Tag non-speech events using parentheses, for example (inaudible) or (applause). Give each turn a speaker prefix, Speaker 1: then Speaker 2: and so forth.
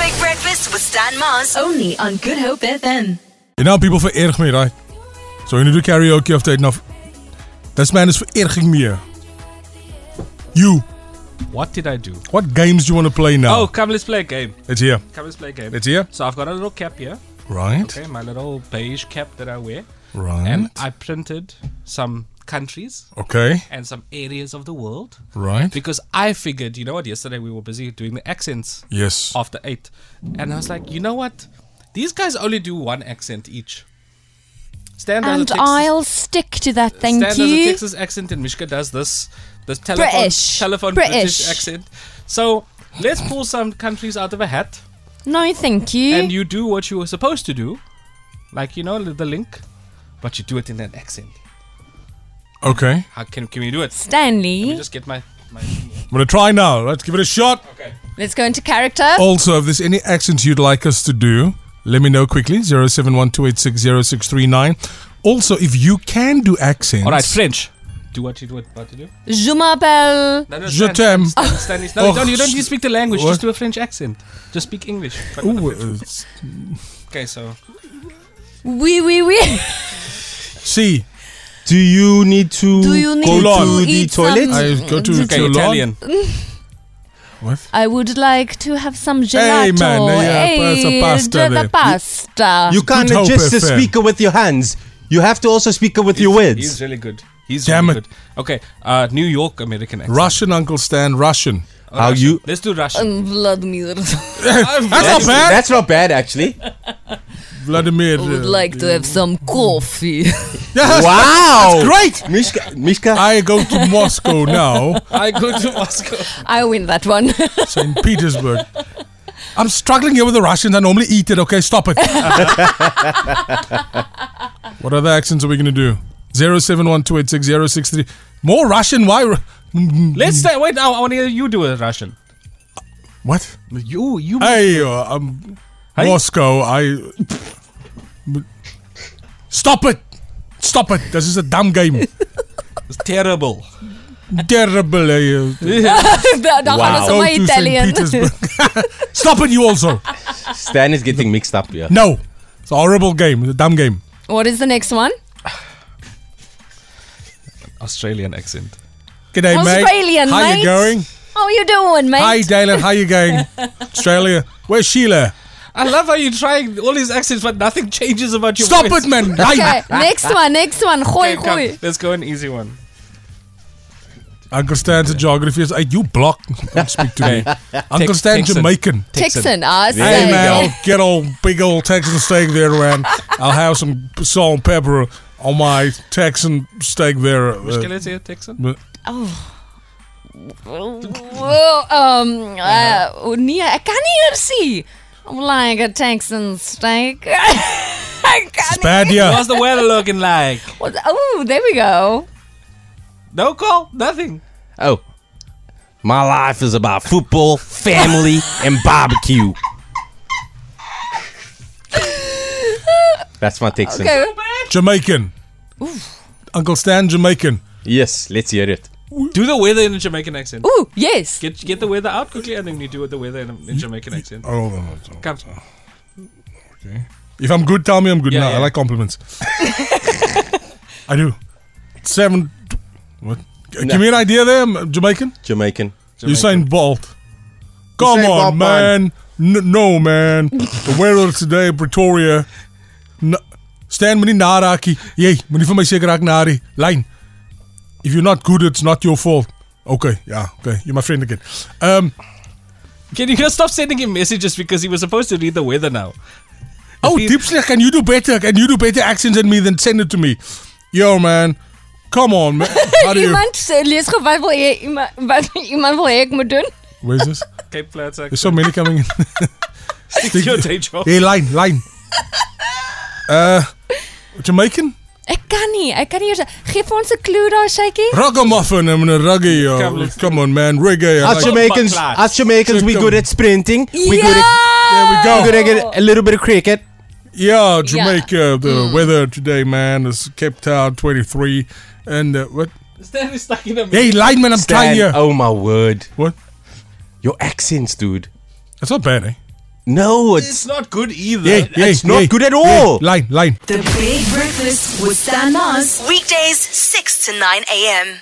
Speaker 1: Breakfast with Stan Mars.
Speaker 2: Only on Good Hope FM.
Speaker 3: You know, people, vererig me, right? So when you do karaoke of tijd, nou, dat is mijn dus vererging meer. You,
Speaker 4: What did I do?
Speaker 3: what games do you want to play now?
Speaker 4: Oh, come let's play a game.
Speaker 3: It's here,
Speaker 4: Come let's play a game.
Speaker 3: it's here.
Speaker 4: So I've got a little cap here.
Speaker 3: Right,
Speaker 4: Okay, my little beige cap that I wear.
Speaker 3: right.
Speaker 4: And I printed some countries
Speaker 3: okay,
Speaker 4: and some areas of the world.
Speaker 3: right.
Speaker 4: Because I figured, you know what, yesterday we were busy doing the accents
Speaker 3: Yes.
Speaker 4: after eight. And I was like, you know what? These guys only do one accent each. Stan does a
Speaker 5: And
Speaker 4: Texas-
Speaker 5: I'll stick to that, thank
Speaker 4: Stan does a
Speaker 5: you.
Speaker 4: Texas accent and Mishka does this this telephone
Speaker 5: British.
Speaker 4: telephone
Speaker 5: British.
Speaker 4: British accent. So let's pull some countries out of a hat.
Speaker 5: No, thank you.
Speaker 3: Eh,
Speaker 4: and you do what you were supposed to do, like you know the link, but you do it in an accent.
Speaker 3: Okay.
Speaker 4: How can can we do it? Let me
Speaker 5: Stanley,
Speaker 4: just get my my.
Speaker 3: I'm gonna try now. Let's give it a shot.
Speaker 4: Okay.
Speaker 5: let's go into character.
Speaker 3: Also, if there's any accents you'd like us to do, let me know quickly. 0712860639. Also, if you can do accents.
Speaker 4: All right, French. Do what you do. What to do?
Speaker 5: Je m'appelle.
Speaker 4: No, no,
Speaker 3: Je
Speaker 4: Stan-
Speaker 3: t'aime. (laughs)
Speaker 4: Stan- Stanley- no,
Speaker 3: Oh,
Speaker 4: don't, you don't need to speak the language.
Speaker 3: what?
Speaker 4: Just do a French accent. Just speak English. But-
Speaker 3: Ooh, uh,
Speaker 4: Okay, so
Speaker 5: Oui, oui, oui.
Speaker 3: see,
Speaker 6: Do you need to
Speaker 5: Do you need
Speaker 6: go
Speaker 5: to
Speaker 6: to the
Speaker 5: eat
Speaker 6: toilet?
Speaker 5: some-
Speaker 3: I go to,
Speaker 4: okay,
Speaker 3: to Lon-
Speaker 4: Italian.
Speaker 3: What?
Speaker 5: I would like to have some gelato.
Speaker 3: Hey, man, yeah, pass the
Speaker 5: Hey,
Speaker 3: pasta
Speaker 5: the- the
Speaker 3: there.
Speaker 5: pasta.
Speaker 6: You can't
Speaker 3: Good Hope
Speaker 6: adjust the
Speaker 3: FM.
Speaker 6: speaker with your hands. You have to also speak it with your
Speaker 4: He's- He's
Speaker 6: words.
Speaker 4: really good. He's
Speaker 3: Damn
Speaker 4: really
Speaker 3: it.
Speaker 4: good. Okay, uh, New York American accent.
Speaker 3: Russian, Uncle Stan, Russian.
Speaker 4: Oh,
Speaker 6: How
Speaker 4: Russian.
Speaker 6: you-
Speaker 4: Let's do
Speaker 5: (laughs)
Speaker 4: Russian.
Speaker 5: Um, Vladimir,
Speaker 4: I'm
Speaker 3: That's not bad.
Speaker 6: That's not bad,
Speaker 3: (laughs)
Speaker 6: actually.
Speaker 3: Vladimir. uh,
Speaker 5: I would like to have some coffee. (laughs)
Speaker 3: Yes,
Speaker 6: wow.
Speaker 3: Great!
Speaker 6: Mishka, Mishka
Speaker 3: I go to Moscow now,
Speaker 4: I go to Moscow.
Speaker 5: I win that one. (laughs)
Speaker 3: St. Petersburg. I'm struggling here with the Russians. I normally eat it. Okay, stop
Speaker 5: (laughs)
Speaker 3: it. what other accents are we going to do? 0712860630. More Russian? Why? Ru-
Speaker 4: Let's stay. Wait, now I want to hear you do a Russian.
Speaker 3: What?
Speaker 4: You you.
Speaker 3: Hey, uh, I'm
Speaker 4: Hey.
Speaker 3: Moscow. I. Stop it! Stop it! This is a dumb game.
Speaker 5: (laughs)
Speaker 4: It's terrible.
Speaker 3: Terrible. eh, uh,
Speaker 5: that that one is
Speaker 3: go
Speaker 5: my
Speaker 3: to
Speaker 5: Italian.
Speaker 3: St. Petersburg. Stop it, you also.
Speaker 6: Stan is getting mixed up here.
Speaker 3: No. It's a horrible game. It's a dumb game.
Speaker 5: (laughs) What is the next one?
Speaker 4: Australian accent.
Speaker 3: G'day, mate.
Speaker 5: Australian,
Speaker 3: How
Speaker 5: mate.
Speaker 3: you going?
Speaker 5: How you doing, mate?
Speaker 3: Hi, Dalen. How you going?
Speaker 5: (laughs)
Speaker 3: Australia. Where's Sheila?
Speaker 4: I love how you're trying all these accents, but nothing (laughs) changes about your
Speaker 3: Stop
Speaker 4: voice.
Speaker 3: it, man. Hi.
Speaker 5: Okay, next one, next one. Hoi,
Speaker 4: Okay, come,
Speaker 5: hoi.
Speaker 4: let's go an easy one.
Speaker 3: Uncle Stan's geography is... Hey, you block. Don't speak to
Speaker 5: (laughs)
Speaker 3: me. Uncle
Speaker 4: Tex-
Speaker 3: Stan,
Speaker 4: Texan.
Speaker 3: Jamaican.
Speaker 5: Texan, I
Speaker 3: Hey,
Speaker 5: say.
Speaker 3: man. I'll get old, big old Texan steak there, man. I'll have some salt and pepper on my Texan steak there.
Speaker 4: Can
Speaker 3: Uh,
Speaker 4: I say a
Speaker 3: (laughs)
Speaker 4: Texan?
Speaker 5: Well, um, uh, nee, ek kan nie hier sien. I'm like a Texan steak. (laughs) I
Speaker 3: it's
Speaker 5: can't.
Speaker 3: bad, yeah.
Speaker 4: What's the weather looking like?
Speaker 5: Oh, there we go.
Speaker 4: No call, nothing.
Speaker 6: Oh. My life is about football, family, and barbecue. That's my Texan.
Speaker 5: Okay.
Speaker 3: Jamaican. Uncle Stan, Jamaican.
Speaker 6: Yes, let's hear it.
Speaker 4: Do the weather in a Jamaican accent.
Speaker 5: Ooh, yes.
Speaker 4: Get get the weather out quickly, and then you do the weather in a in Jamaican accent.
Speaker 3: Oh, no, no, no.
Speaker 4: Come.
Speaker 3: If I'm good, tell me I'm good.
Speaker 4: Yeah,
Speaker 3: no, I
Speaker 4: yeah.
Speaker 3: like compliments. I do. Seven. What? G- Give me an idea there, m- Jamaican.
Speaker 6: Jamaican.
Speaker 3: Usain Bolt. Come
Speaker 6: Usain Bolt,
Speaker 3: on, man.
Speaker 6: man.
Speaker 3: N- no, man. the weather today, Pretoria. N- Stan, moenie naraakie. Jy, moenie vir my seker raak na die lyn. If you're not good, it's not your fault. Okay, yeah, okay. You're my friend again. Um,
Speaker 4: Can you just stop sending him messages because he was supposed to read the weather now?
Speaker 3: Oh,
Speaker 4: If you-
Speaker 3: Deepslick, can you do better? Can you do better accents than me? Then send it to me. Yo, man. Come on,
Speaker 4: (laughs)
Speaker 3: man. How do you...
Speaker 5: Iemand sê, lees gou wat wil jy iemand wat iemand wil hê ek moet doen?
Speaker 3: Where's this?
Speaker 4: Cape Flats
Speaker 3: There's so many coming in.
Speaker 4: (laughs)
Speaker 3: (laughs)
Speaker 4: accent. Your day job.
Speaker 3: hey, line, line. Uh, Jamaican?
Speaker 5: Ek kan nie. Ek kan nie eers gee vir ons 'n clue daar, Shaky.
Speaker 3: Ragamuffin, I'm gonna ruggy, yo.
Speaker 4: Come,
Speaker 3: Come,
Speaker 4: let's-
Speaker 3: on, man. Reggae. I
Speaker 6: Us
Speaker 3: like-
Speaker 6: Jamaicans,
Speaker 4: class.
Speaker 6: us Jamaicans, we good at sprinting. We good at,
Speaker 3: There
Speaker 5: Yeah.
Speaker 6: we good at get a little bit of cricket.
Speaker 3: yeah, Jamaica, the
Speaker 6: Hmm.
Speaker 3: weather today, man, is Cape Town 23. And uh, what?
Speaker 4: Stan is stuck in a.
Speaker 3: Hey, line, man, I'm
Speaker 6: Stan,
Speaker 3: trying you.
Speaker 6: oh my word.
Speaker 3: What?
Speaker 6: Your accents, dude.
Speaker 3: That's not bad, eh?
Speaker 6: No, it's,
Speaker 4: It's not good either.
Speaker 3: Yeah, yeah,
Speaker 6: Uh, it's not
Speaker 3: yeah,
Speaker 6: good at
Speaker 3: yeah.
Speaker 6: all.
Speaker 3: Line, line.
Speaker 2: The Big Breakfast with Stan Mars.
Speaker 1: Weekdays, 6 to 9 a.m.